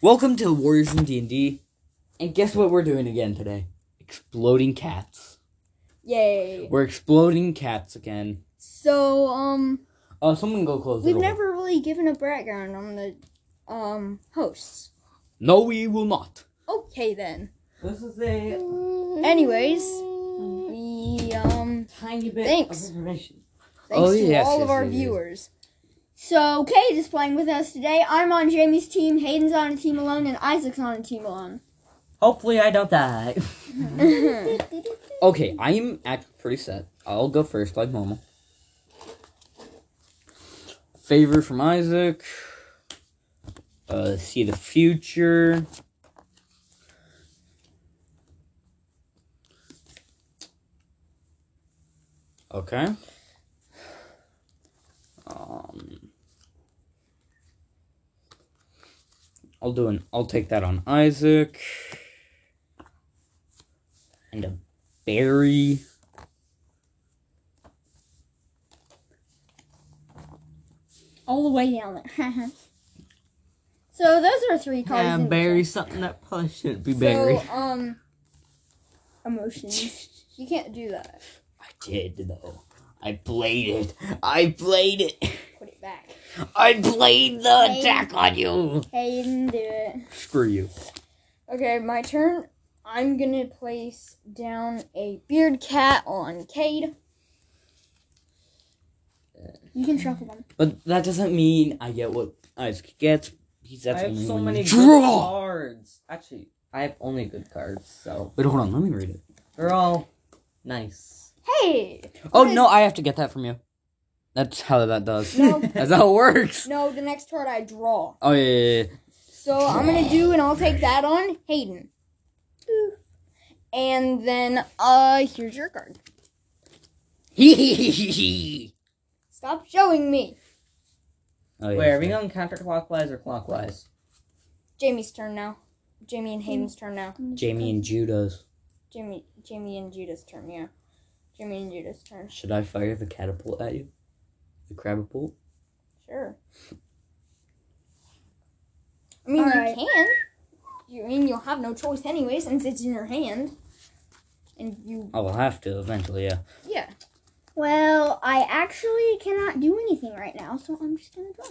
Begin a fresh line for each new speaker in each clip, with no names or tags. Welcome to Warriors from D&D. And guess what we're doing again today? Exploding cats.
Yay.
We're exploding cats again.
So, um,
Oh, someone go close the
we've
door.
never really given a background on the, um, hosts.
No, we will not.
Okay then.
This is a
Anyways,
Mm.
we, um,
tiny bit
Thanks.
information.
thanks
Oh,
to
yes,
all
yes,
of our
yes, yes.
viewers. So, Kate is playing with us today. I'm on Jamie's team, Hayden's on a team alone, and Isaac's on a team alone.
Hopefully I don't die.
Alright,
okay, I'm actually pretty set. I'll go first like normal. Favor from Isaac. Uh, see the future. Okay. Um, I'll do an. I'll take that on Isaac. And a berry.
all the way down there. so, those are three cards. in
Yeah,
the
bury something that probably shouldn't be
deck.
buried.
So, um, emotions. You can't do that.
I did though. I played it. I played it.
Put it back.
I played the
Hey.
attack on you.
Hayden, do it.
Screw you.
Okay, my turn. I'm gonna place down a beard cat on Cade. You can shuffle them.
But that doesn't mean I get what Isaac gets. He's that's
I have
only
so
when
many
you
good
draw.
cards. Actually, I have only good cards, so
Wait, hold on. Let me read it.
they're all nice.
Hey!
Oh
What is-
no, I have to get that from you. That's how that does.
No.
that's how it works.
No, the next card I draw.
Oh yeah, yeah, yeah.
So I'm gonna do, and I'll take that on Hayden. And then, uh, here's your card.
Hee hee hee hee hee.
Stop showing me.
Oh, yeah,
Wait, are we
yeah.
going counterclockwise or clockwise?
Jamie's turn now. Jamie and Hayden's turn now.
Jamie and Judas.
Jamie, Jamie and Judah's turn. Yeah, Jamie and Judah's turn.
Should I fire the catapult at you? The crabapult?
Sure. I mean,
Alright.
you can. You I mean you'll have no choice anyway, since it's in your hand. And you,
I will have to eventually. Yeah.
yeah.
Well, I actually cannot do anything right now, so I'm just gonna draw.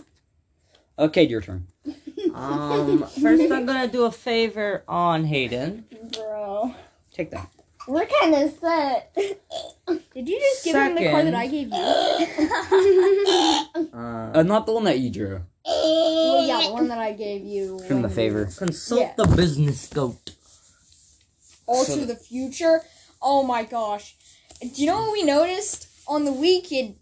Okay, your turn.
Um, first I'm gonna do a favor on Hayden.
Bro,
Take that.
We're kind of set.
did you just give him the card that I gave you?
Uh,
Uh,
not the one that you drew.
Well, yeah, the one that I gave you.
From the
when-
favor.
consult
Yeah.
the business goat.
All
So-
to the future. Oh my gosh! Do you know what we noticed on the weekend?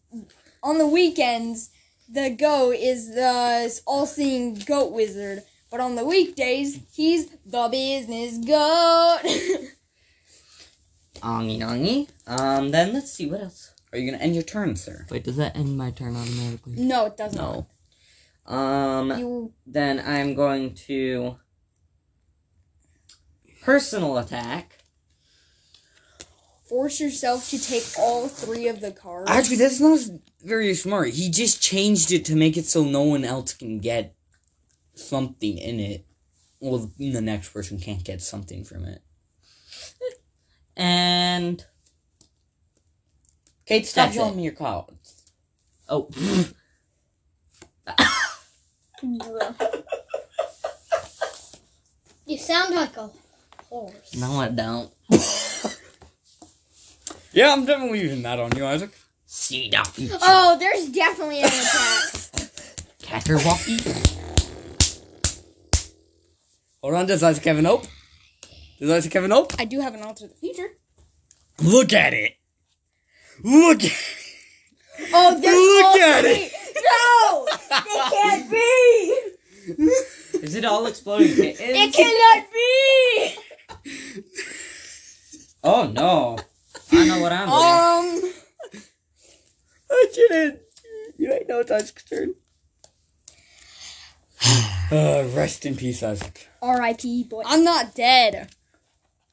On the weekends, the go is the all-seeing goat wizard, but on the weekdays, he's the business goat.
Ongy ongy. Um, then let's see what else.
Are you gonna end your turn, sir?
Wait, does that end my turn automatically?
No, it doesn't.
No. Um,
You
then I'm going to personal attack.
force yourself to take all three of the cards.
Actually, that's not very smart. He just changed it to make it so no one else can get something in it. Well, the next person can't get something from it.
And
Kate, stop
That's
showing
it.
me your cards.
oh,
You sound like a horse.
no, I don't.
Yeah, I'm definitely using that on you, Isaac.
See the future.
Oh, there's definitely an attack.
Caterwampy.
Hold on, does Isaac have an ope? Does Isaac have an ope?
I do have an alter the future.
Look at it. Look. At-
Oh, there's
Look
all
at
three. No, it can't be.
Is it all exploding? It
It
is.
cannot be.
Oh no! I know what I'm doing.
Um,
I didn't. You ain't know it's Isaac's turn. uh, rest in peace, Isaac.
R.I.P. Boy.
I'm not dead.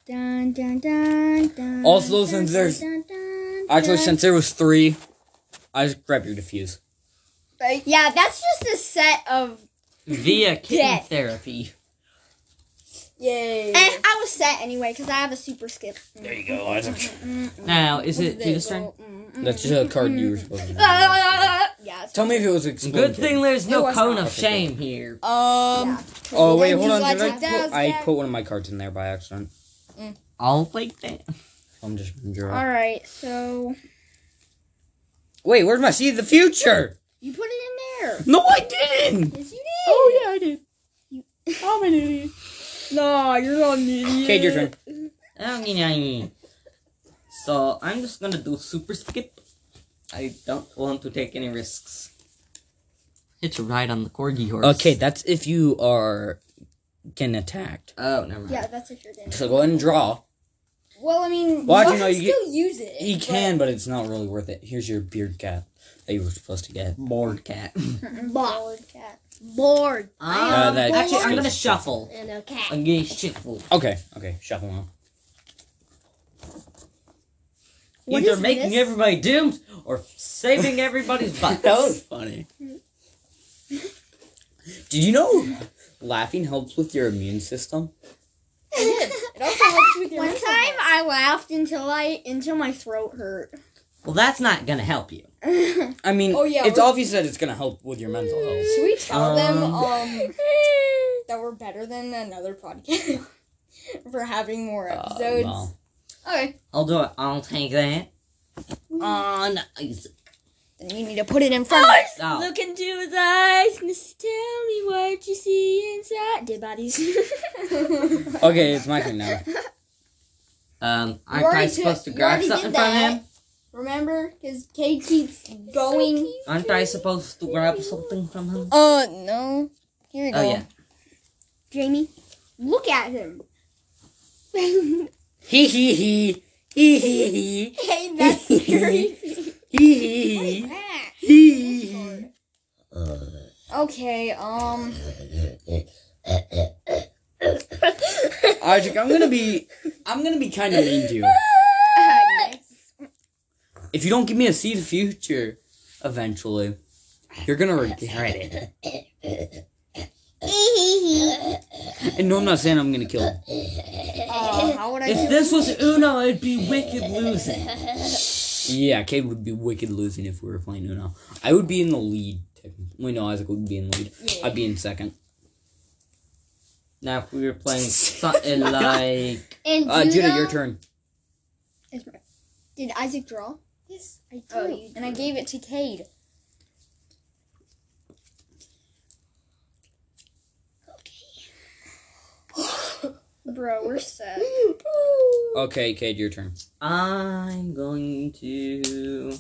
Dun, dun, dun, dun,
Also,
dun,
since
dun,
there's-
dun, dun,
Actually,
dun.
since there was three, Isaac, grab your diffuse.
Right?
yeah, that's just a set of
Via kitten
Dead.
therapy.
Yay.
And I was set anyway because I have a super skip.
There you go, Isaac.
Now, is it Judah's turn?
Mm-hmm.
That's just a card you were supposed to do.
Yeah. it's-
Tell me if it was exploding.
Good thing there's
It
no
was
cone
not.
of shame here.
Um.
yeah.
Oh wait, hold
Did
on.
I
Did I,
take that
put, I
back?
put one of my cards in there by accident?
I'll take that.
I'm just gonna draw.
All right, so
Wait, where's my see the future?
you put it in there.
No, I didn't.
Yes, you did.
Oh yeah, I did.
I'm an idiot. Nah, you're not an idiot.
Okay, your turn.
Ongy nongy. So I'm just gonna do super skip. I don't want to take any risks. It's a ride on the corgi horse.
Okay, that's if you are getting attacked.
Oh, never mind.
Yeah, that's what you're doing.
So go ahead and draw.
Well, I mean,
Well,
you
actually, no,
can
you
still use it.
He
but-
can, but it's not really worth it. Here's your beard cap that you were supposed to get.
Bored cat. Uh,
Bored cat. Bored.
Uh,
Um,
that-
actually, I'm gonna shuffle.
And a cat.
I'm gonna shuffle.
Okay, okay, shuffle on.
What
Either
is
making
this?
everybody doomed or saving everybody's butt.
that was funny. Did you know laughing helps with your immune system?
It did. It also helps with your
One time
mental health.
I laughed until I until my throat hurt.
Well, that's not gonna help you.
I mean,
Oh, yeah,
it's
we're-
obvious that it's gonna help with your mental health.
Should we tell them
Um.
um that we're better than another podcast for having more
Uh,
episodes?
well.
Okay.
I'll do it. I'll take that on Isaac.
Then you need to put it in front. of
Oh.
Look into his eyes and tell me what you see inside. Dead bodies.
Okay, it's my turn now.
Um,
You
aren't
already
I
did-
supposed to
you
grab
already did
something from
that.
him?
Remember, because Kay keeps going.
Aren't I supposed to grab something from him?
uh, no. Here you go.
Oh yeah.
Jamie, look at him.
Hee hee hee. Hee hee hee.
hey, that's scary.
Hee hee hee.
Ah,
Hee hee hee.
Lord. Okay. Um.
Isaac, I'm gonna be, I'm gonna be kind of mean to you. If you don't give me a see the future, eventually, you're gonna regret it. And no, I'm not saying I'm gonna kill. him.
Uh, how would I?
If
do-
this was Uno, I'd be wicked losing.
Yeah, Kate would be wicked losing if we were playing Uno. I would be in the lead. Technically, Wait, no, Isaac would be in the lead.
Yeah.
I'd be in second.
Now, if we were playing something like
and
Uh, Judah, your turn.
is my- Did Isaac draw?
Yes,
I did.
Oh, you and I gave it to Cade.
Bro, we're set.
Okay, Kate, your turn.
I'm going to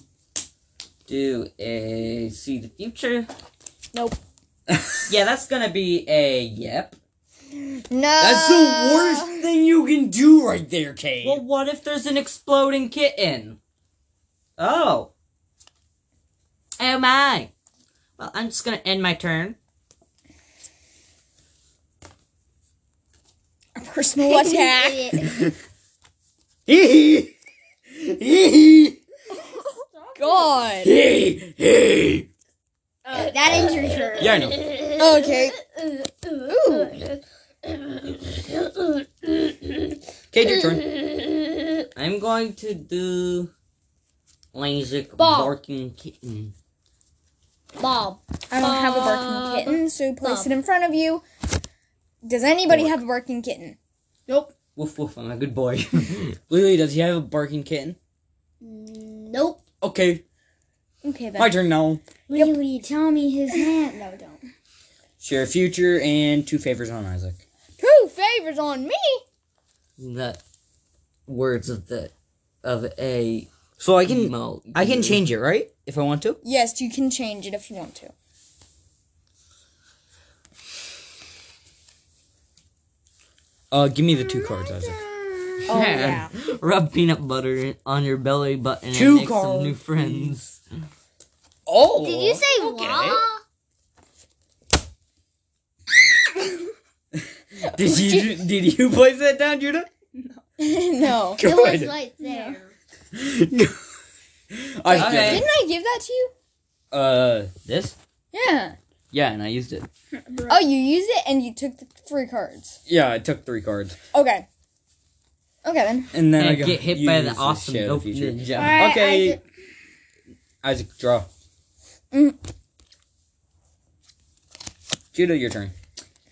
do a see the future.
Nope.
Yeah, that's gonna be a yep.
No.
That's
Uh.
the worst thing you can do right there, Kate.
Well, what if there's an exploding kitten? Oh. Oh my. Well, I'm just gonna end my turn.
A personal attack.
Hee hee. Hee
God.
hee. Hee hee.
Uh, that ends your turn.
Yeah, I know.
Okay.
Kate, your turn.
I'm going to do Lazic
Ball.
barking kitten.
Bob.
I don't have a
Bob.
Uh,
barking kitten, so place
um,
it in front of you. Does anybody have a barking kitten?
Woof woof, I'm a good boy.
Lily, does he have a barking kitten?
Nope.
Okay,
Okay, then.
my turn now.
Yep. Lily, tell me his name. No, don't.
Share a future and two favors on Isaac.
Two favors on me.
the words of the of a
So I
emo.
it, right? If I want to.
Yes, you can change it if you want to.
Uh, give me the two cards, Isaac.
Oh yeah.
Rub peanut butter on your belly button
Two
and make
cards,
some new friends.
Oh.
Did you say law?
Did you did you place that down, Judah?
no.
It was
Good.
right there.
I
Okay.
Didn't I give that to you?
Uh, this.
Yeah.
Yeah, and I used it.
Oh, you used it and you took the three cards.
Yeah, I took three cards.
Okay. Okay then.
And then
And
I got
get hit by
used
the
this
awesome
shit out of
dope
the future.
ninja.
Alright, I
Okay.
did-
Isaac, draw.
Mm.
Judo, your turn.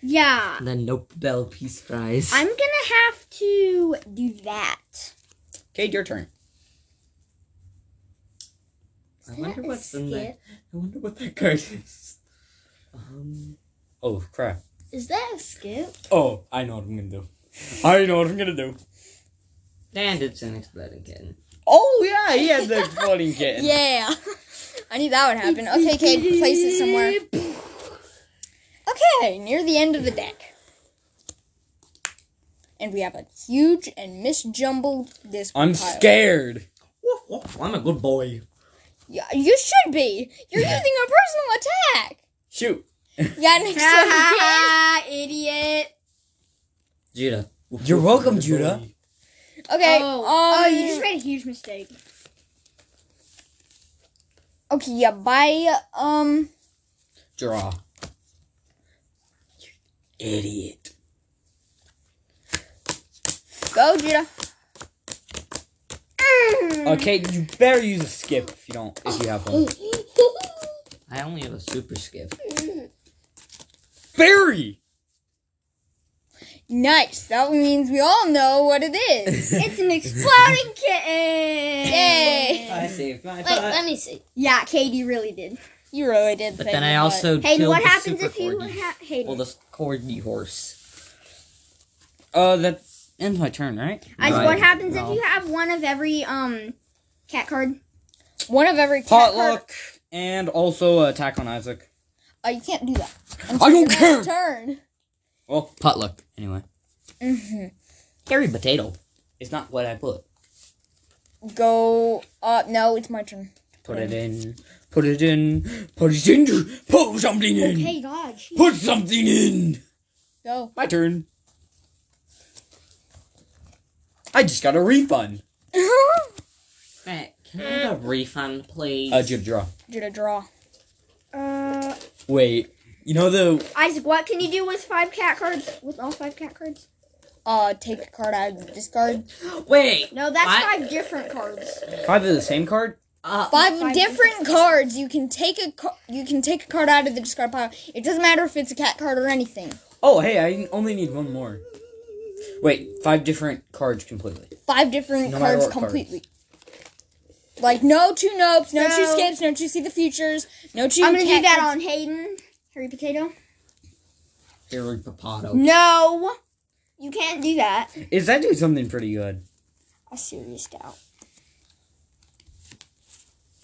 yeah.
The Nobel Peace Prize.
I'm gonna have to do that.
Cade, your turn.
I
Is
wonder
that a
what's in there.
skit?
I wonder what that card is. Um,
Oh crap!
Is that a skip?
Oh, I know what I'm gonna do. I know what I'm gonna do.
and it's an exploding kitten.
Oh yeah, he had the exploding kitten.
Yeah. I knew that would happen. Okay, Cade, place it somewhere. Okay, near the end of the deck. And we have a huge and misjumbled this
I'm
pile.
scared.
Woof, woof, I'm a good boy.
Yeah, you should be. You're using a personal attack.
Shoot.
Yeah, next time.
idiot.
Judah. Woof,
You're
woof,
welcome,
good
Judah.
boy.
Okay.
Oh.
um,
Oh, you just made a huge mistake.
Okay, yeah, bye. Um,
Draw. Idiot.
go, Judah.
mm.
Okay, you better use a skip if you don't. If you have one.
Oh.
I only have a super skip.
Barry.
Nice. That means we all know what it is.
it's an exploding kitten.
Yay.
I saved my
Wait, let me see. Yeah, Katie really did.
You really did.
But
say
then I
that.
also
Hayden,
killed
what
the
happens
super
if you
corgi.
ha- Hayden?
Well, the corgi horse.
Uh, that ends my turn, right?
I said,
Right.
what happens
No.
if you have one of every um cat card?
one of every cat card-
Potluck and also attack on Isaac.
Oh, you can't do that.
I don't
Your
care.
next Turn.
Well, potluck anyway.
hmm
Hairy potato.
It's not what I put.
Go. Uh, no, it's my turn.
Put it in. Put it in. Put it in. Put something in.
Okay, God. jeez.
Put something in.
Go.
My turn. I just got a refund.
Matt, can I have a refund, please?
Uh, Jib draw.
Judah, draw.
Uh,
Wait. You know the
Isaac, what can you do with five cat cards? With all five cat cards?
Uh, take a card out of the discard.
Wait.
No, that's
What?
five different cards.
five of the same card?
Uh,
Five,
Five
different cards. You can take a ca- you can take a card out of the discard pile. It doesn't matter if it's a cat card or anything.
Oh, hey, I only need one more. Wait, five different cards completely.
Five different
No matter
cards
what card.
completely. Like no two nopes, no two
So-
skips, no two see the futures, no two.
I'm gonna do
cat
that
cards.
on Hayden. Harry Potato.
Hairy
Mm-hmm.
potato.
No, you can't do that.
Is that doing something pretty good?
A serious doubt.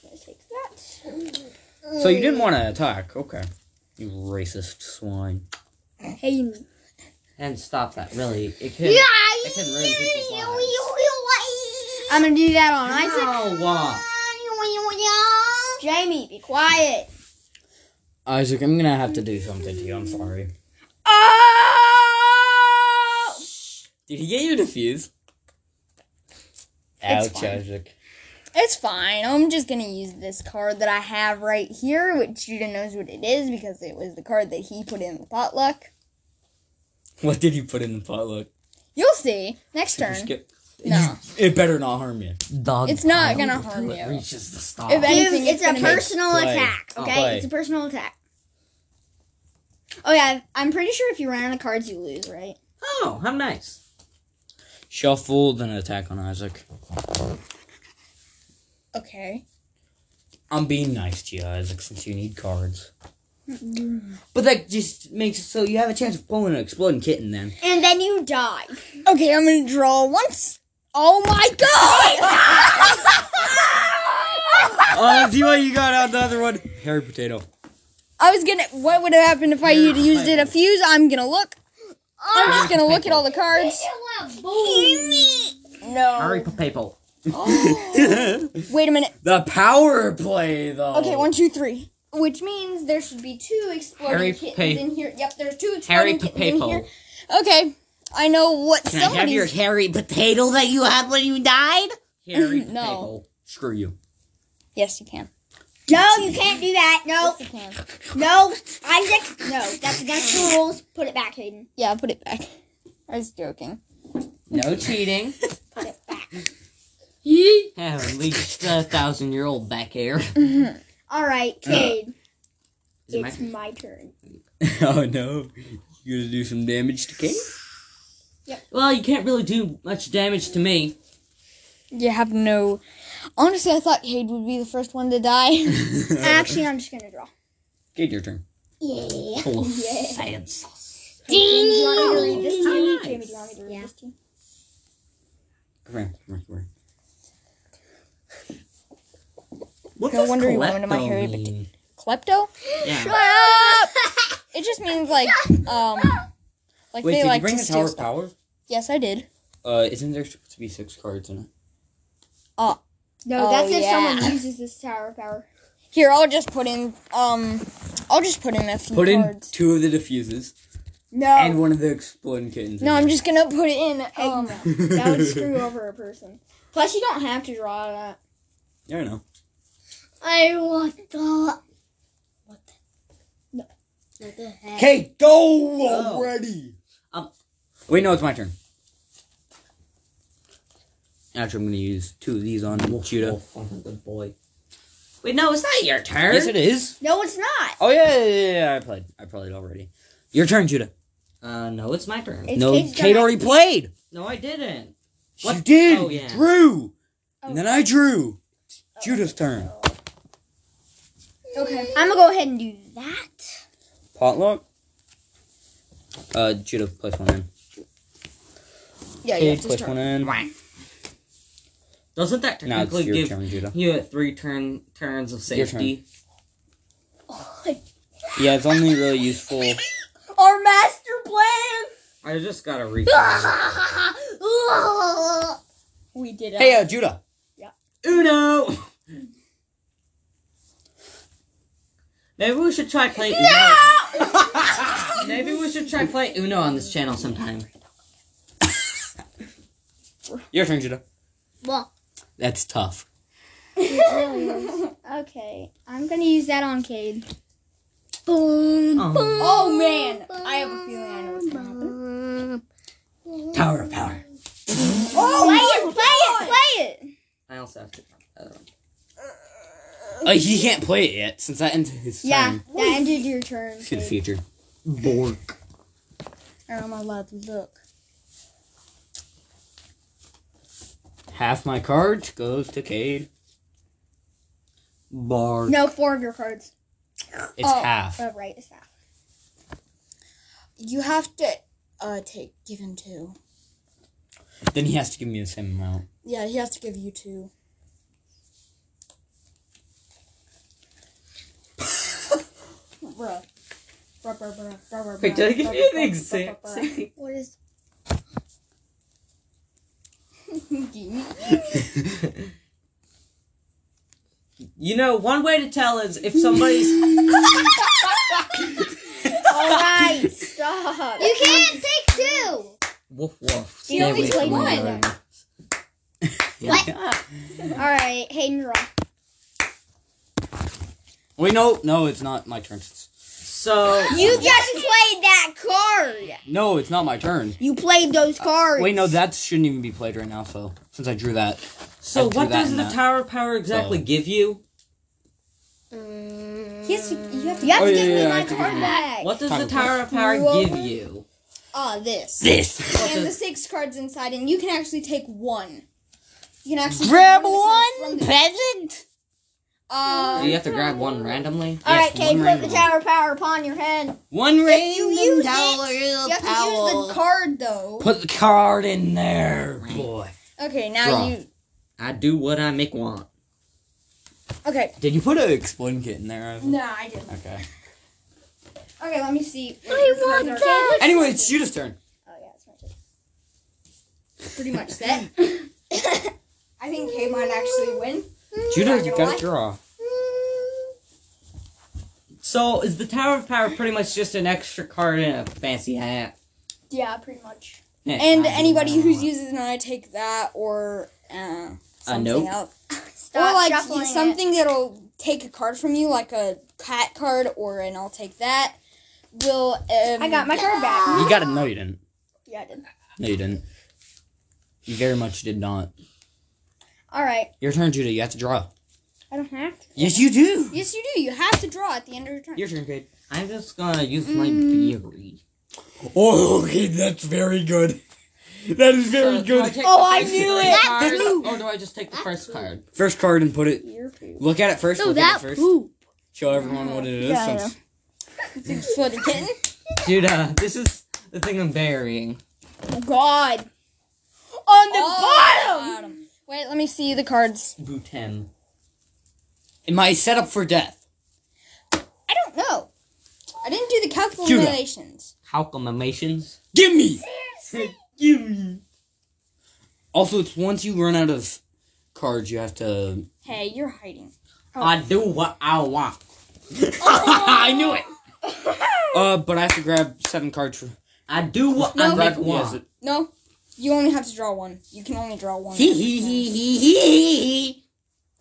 Gonna take that.
So you didn't want to attack. Okay. You racist swine.
Hayden.
And stop that, really. It could.
Yeah.
It can ruin people's lives.
I'm gonna do that on Isaac.
No. uh,
Jamie, be quiet.
Isaac, I'm gonna have to do something to you. I'm sorry.
Uh,
Oh!
Did he get you to fuse?
It's
Ouch,
fine.
Isaac.
It's fine. I'm just gonna use this card that I have right here, which Judah knows what it is because it was the card that he put in the potluck.
What did you put in the potluck?
You'll see. Next
Super
turn.
skip.
No.
You- it better not harm you.
Dog
It's not
pile
gonna
until
harm
It
you.
reaches the star.
If any-
Dude,
Anything
it's
that's
a
gonna make-
personal
Play.
attack.
Oh,
Okay,
play.
it's a personal attack. Oh yeah, I'm pretty sure if you run out of cards, you lose, right?
Oh, how nice.
Shuffle, then attack on Isaac.
Okay.
I'm being nice to you, Isaac, since you need cards.
Mm-hmm.
But that just makes it so you have a chance of pulling an exploding kitten then.
And then you die.
Okay, I'm gonna draw once. Oh my god!
Oh, I see what you got out the other one. Harry Potato.
I was gonna. What would have happened if I had used it a fuse? I'm gonna look. I'm just gonna look at all the cards.
Hurry,
No.
people.
the
Wait a minute.
power play, though.
Okay, one, two, three.
Which means there should be two exploding
Harry
kittens
Pate.
in here. Yep, there's two
Harry
exploding kittens in here.
Potato.
Okay, I know what
Can I have your
somebody's.
hairy potato that you had when you died? Harry
No.
Screw you.
Yes, you can.
No, you can't do that. No,
Yes, you can.
no, Isaac. No, that's against the rules. Put it back, Hayden.
Yeah, put it back. I was joking.
No cheating.
Put it back.
Have least a thousand year old back hair.
Mm-hmm.
All right, Cade.
Is it my
it's my turn.
oh no. You gonna do some damage to Kate?
Well, you can't really do much damage to me.
You have no. Honestly, I thought Cade would be the first one to die.
Uh,
Actually, I'm just gonna draw.
Kate, your turn.
Yeah.
Full of
Yeah.
sad sauce.
Ding! Do you want me to read this to you?
Nice.
Jamie, do you want me to read this to you?
Come here, come here, come here.
What
No wonder you wanted my hair to be-
mean?
Klepto?
Yeah.
Shut up! It just means like, um, like they
Wait, did
like
you bring
to
the
steal
Tower of
stuff.
Power?
Yes, I did.
Uh, isn't there supposed to be six cards in it?
No,
Oh,
that's if
yeah.
someone uses this tower of power.
Here, I'll just put in, um, I'll just put in a few
Put in
cards.
two of the diffuses
No.
Oh.
and one of the exploding kittens.
No, I'm just gonna put in.
Oh
Um,
no, that would screw over a person. Plus, you don't have to draw that.
Yeah, I know.
I want the.
what the heck?
Kate, go already!
Um,
Oh. Wait, no, it's my turn. Actually, I'm gonna use two of these on Cheetah.
Good boy. Wait, no, it's not your turn.
Yes, it is.
No, it's not.
Oh, yeah, yeah, yeah, yeah, I played. I played already. Your turn, Judah.
Uh, no, it's my turn.
It's
no,
Kate's turn.
Kate already played.
No, I didn't.
She
What?
did.
Oh,
You
yeah.
Drew.
Oh.
And then I drew.
Oh,
Judah's turn.
Okay, I'm gonna go ahead and do that.
Potluck? Uh, Judah, place one in.
Yeah, you
Kate,
have to
place
start.
one in.
Doesn't that
Now it's
technically
your
give
turn, Judah.
you a three turn turns of
Your turn.
safety?
Yeah, it's only really useful.
Our master plan.
I just gotta refresh.
we did it.
Hey, uh, Judah.
Uno. Maybe we should try play Uno. Maybe we should try play Uno on this channel sometime.
Your turn, Judah.
Well.
That's tough.
okay, I'm gonna use that on Cade. Boom.
Oh,
Oh man, I have a feeling I know what's gonna happen.
Tower of power.
Oh, play it, play it, play it.
I also have to. Uh,
Uh, he can't play it yet since that ended his
Yeah,
turn.
that ended your turn.
To the
Cade.
future.
Bork.
Or
Um,
am I allowed to look?
Half my cards goes to Cade.
Bork.
No, four of your cards.
It's
Oh.
half.
Oh, right, it's that.
You have to, uh, take give him two.
Then he has to give me the same amount.
Yeah, he has to give you two.
Bruh. Bruh, bruh, bruh, bruh, bruh,
Wait,
bruh,
did I
bruh,
give you
bruh,
an
bruh,
exact?
bruh, bruh,
same?
What is?
You know, one way to tell is if somebody's.
All right, stop. Uh, You can't take two.
Woof woof.
You
Stay
only
away
played
from my
one.
garden.
What?
Yeah.
All right, Hayden, draw.
Wait, no, no, it's not my turn.
So
You just played that card.
No, it's not my turn.
You played those cards.
Wait, no, Uh, that shouldn't even be played right now. So since I drew that,
So
I'd do
what
that
does
and
the
that.
tower of power exactly
So-
give you?
Mm.
He has to. You have to.
You have
Oh,
to
yeah,
give
yeah,
me
I
my
have to
card
give you-
back.
What does
Tower
the
of
tower of power
Screw
give
over.
you?
Ah, this.
this
What
And the
does,
six cards inside, and you can actually take one. You can actually
Grab
take one.
one
of the cards from the-
peasant.
Uh,
do you have to grab one randomly?
All right,
Yes,
Kate,
one
put the
random.
tower of power upon your head.
one
if
ring.
you
Million
use
dollars
it,
of
you have to use
power.
the card though.
Put the card in there,
Right.
boy.
Okay, now
Draw.
you.
I do what I make want.
Okay,
Did you put an exploding kit in there? Evan?
No, I didn't.
Okay.
Okay, let me see.
I want that.
Anyway, it's Judah's turn.
Oh yeah, it's my turn.
Pretty much set. I think Kate might actually win.
Judah, you
gonna
gotta
lie.
draw.
Mm,
So is the tower of power pretty much just an extra card in a fancy hat?
Yeah, pretty much.
Yeah,
and
I do
anybody
what I
who
want.
uses an I take that or uh, something
nope.
else,
Stop
or like
shuffling
something that'll
take a card from you, like a cat card or an I'll take that, will. Um,
I got my card back.
You got it. No, you didn't.
Yeah, I did.
No, you didn't. You very much did not.
All right.
Your turn, Judah. You have to draw.
I don't have to.
Yes, you do.
Yes, you do. You have to draw at the end of your turn.
Your turn, Cade.
I'm just gonna use my
Mm.
theory.
Oh, okay, that's very good. That is very
So, do
good.
take
Oh,
the
I
first
knew
three
it!
cards,
That-
or do I just take the first card?
First card and put it. Look at it first.
No,
look
Oh, that
at it first.
poop.
Show everyone what it is.
Yeah, I
since-
Sweaty kitten.
Judah, uh, this is the thing I'm burying.
Oh, God.
On
the
Oh, bottom. Wait, let me see the cards.
Bhutan.
Am I set up for death?
I don't know. I didn't do the
Judah.
calculations.
Calculations.
Give me.
Give me.
Also, it's once you run out of cards, you have to.
Hey, you're hiding.
I do what I want.
I knew it. Uh, but I have to grab seven cards. For...
I do what
No.
I
Grab-
like want.
No, you only have to draw one. You can only draw one.
Hee hee hee hee hee hee.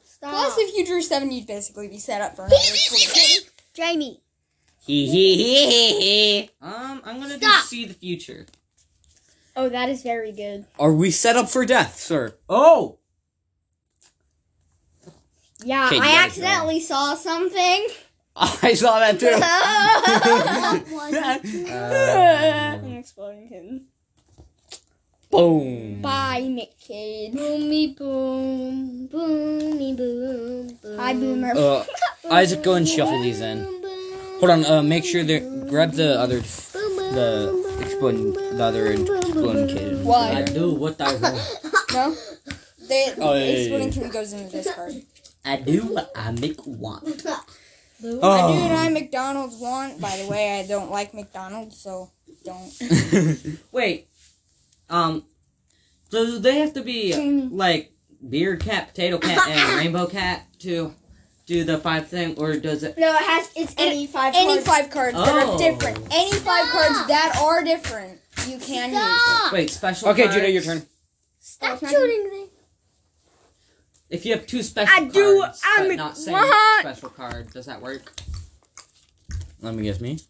Stop.
Plus, if you drew seven, you'd basically be set up for another tournament.
Jamie.
Hee hee hee hee hee.
Um, I'm gonna do
Stop.
see the future.
Oh, that is very good.
Are we set up for death, sir?
Oh,
Yeah,
Okay, you
I
gotta
accidentally saw something.
I saw that too.
An exploding kitten.
Boom.
Bye, Nick Cade.
Boomy boom, boomy boom, boom.
Hi, Boomer.
Uh, Isaac, go and shuffle these in. Hold on. Uh, make sure they grab the other, the exploding, the other exploding kid.
Why?
I do what I want.
No, they,
Oh, yeah, yeah,
exploding
yeah.
kitten goes into this card.
I do what I make want.
I do
Oh.
not McDonald's want. By the way, I don't like McDonald's, so don't.
Wait, um, so do they have to be like beer cat, potato cat, and rainbow cat to do the five thing, or does it?
No, it has. It's any.
Any five
any
any five cards that
Oh.
are different. Any five cards that are different, you can use.
Wait, special.
Okay,
cards?
Judah, your turn.
Stop shooting me.
If you have two special
I
cards,
do-
but
I'm
not same
what?
special card, does that work?
Let me guess. Me?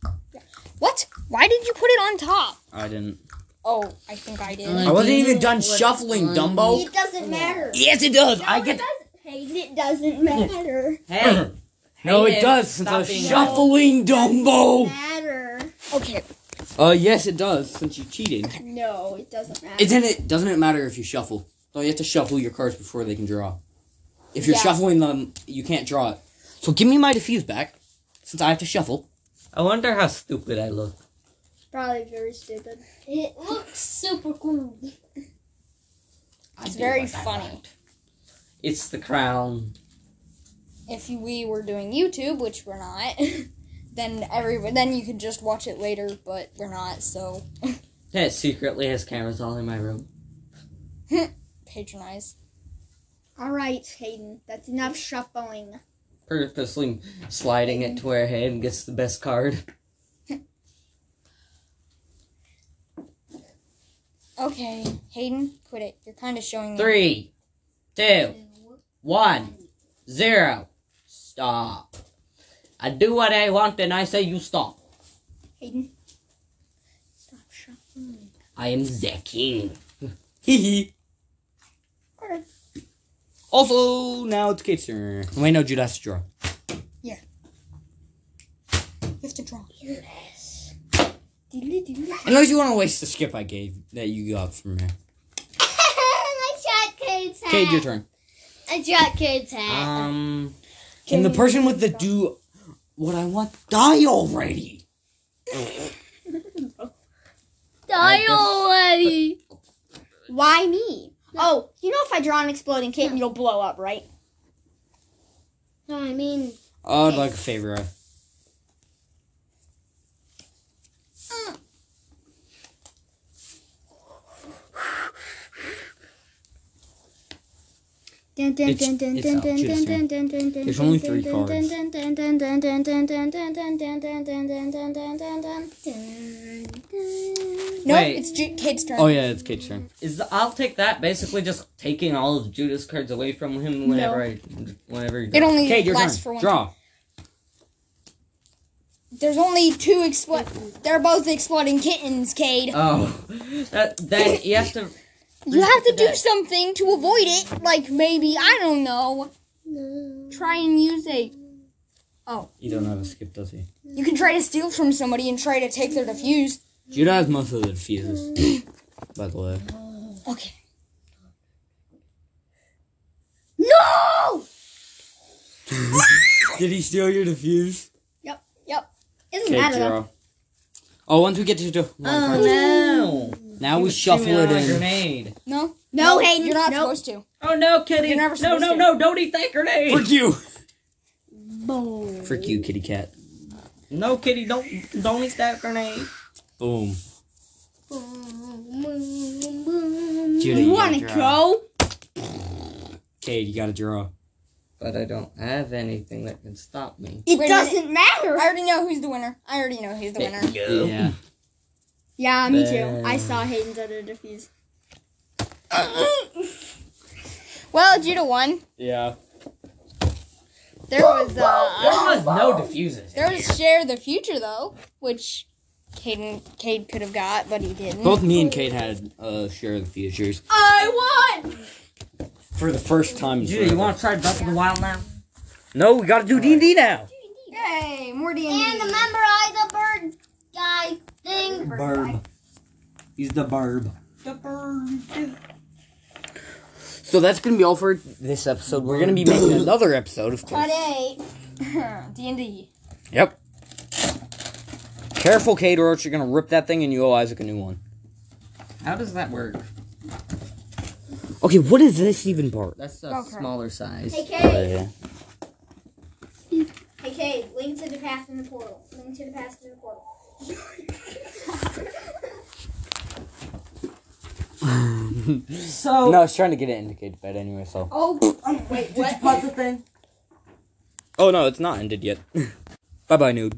What? Why did you put it on top?
I didn't.
Oh, I think I did.
I wasn't even done shuffling, Dumbo.
Oh.
It doesn't matter.
Yes, it does. I
it
get.
doesn't. Hayden, it doesn't matter.
Hey,
No,
Hey,
it does. Since I
stop
was
being
shuffling, Dumbo.
Matter.
Okay.
Uh, yes, it does. Since you cheated.
No, it doesn't matter.
Isn't it? Doesn't it matter if you shuffle? So you have to shuffle your cards before they can draw. If you're
Yeah.
shuffling them, you can't draw it. So give me my diffuse back, since I have to shuffle.
I wonder how stupid I look.
Probably very stupid. It looks super cool.
I
It's
do
very
what I
funny.
want.
It's the crown.
If we were doing YouTube, which we're not, then every then you could just watch it later. But we're not, so
That secretly has cameras all in my room.
patronize.
All right, Hayden. That's enough shuffling.
Purposely sliding it to where Hayden gets the best card.
Okay, Hayden, quit it. You're kind of showing. them.
Three, two, one, zero. Stop. I do what I want and I say you stop.
Hayden. Stop shuffling.
I am the king.
Hee hee.
Okay.
Also, now it's Kate's turn. Oh, Wait, no, Jude has to draw.
You have to draw.
My
Unless you want to waste the skip I gave that you got from me.
shot Kate's hat.
Kate, your turn.
I shot Kate's hat.
Um,
Can the person with the do what I want die already?
I guess-
already.
Why me? Oh, you know if I draw an exploding kitten, you'll blow up, right?
No, I mean,
Oh, I'd like a favor. It's- it's out. Choose three. There's
There's
only three cards.
No,
Wait.
it's J- Kate's turn.
Oh yeah, it's Kate's turn.
Is the, I'll take that basically just taking all of Judas cards away from him whenever I whenever he
It only
Kate, your turn.
lasts for one.
Draw.
There's only two expl- They're both exploding kittens,
Uh,
Cade.
Oh, that that you have to.
You have to do
that.
something to avoid it. Like maybe I don't know. Try and use a.
You don't have a skip, does he?
You can try to steal from somebody and try to take their defuse.
Judah has most of the defuses. by the way.
Okay.
No!
Did he steal your defuse?
It doesn't
Kate,
matter. though.
draw. Oh, once we get to the one
Oh,
card.
No.
Now we shuffle it
a
in.
Grenade.
No.
No, Hayden.
You're not
no.
supposed to.
Oh no, kitty!
You're never
no,
supposed
no,
to.
no! Don't eat that grenade.
Frick you!
Boom.
Frick you, kitty cat.
No, kitty! Don't don't eat that grenade.
Boom. Judah,
You
you
want to
gotta draw.
go?
Kate, you gotta draw.
But I don't have anything that can stop me.
It
Wait a
doesn't matter.
I already know who's the winner. I already know who's the winner.
Yeah.
Yeah, me too.
Bang.
I saw Hayden's other defuse.
Well, Judah won.
Yeah.
There was
There
uh,
was no diffusers.
there was share the future though, which Caden Cade could have got, but he didn't.
Both me and Kate had uh, share of the futures
I won.
for the first time. in
Judy, you
forever.
want to try Breath of the Wild now?
No, we gotta do D and D now.
Yay, more D&D.
And remember, I the bird guy thing.
Barb. He's the barb.
The bird.
So that's gonna be all for this episode. We're gonna be making another episode, of course.
Today.
D&D.
Yep. Careful, Kate, or else you're gonna rip that thing and you owe Isaac a new one.
How does that work?
Okay, what is this even, Bart?
That's a smaller size.
Hey, Kate.
Uh,
Hey, Kate. Link to the past in the portal. Link to the past in the portal.
So
no, I was trying to get it indicated, but anyway, so.
Oh, wait,
Did you pause the thing?
Oh no, it's not ended yet. bye bye, nude.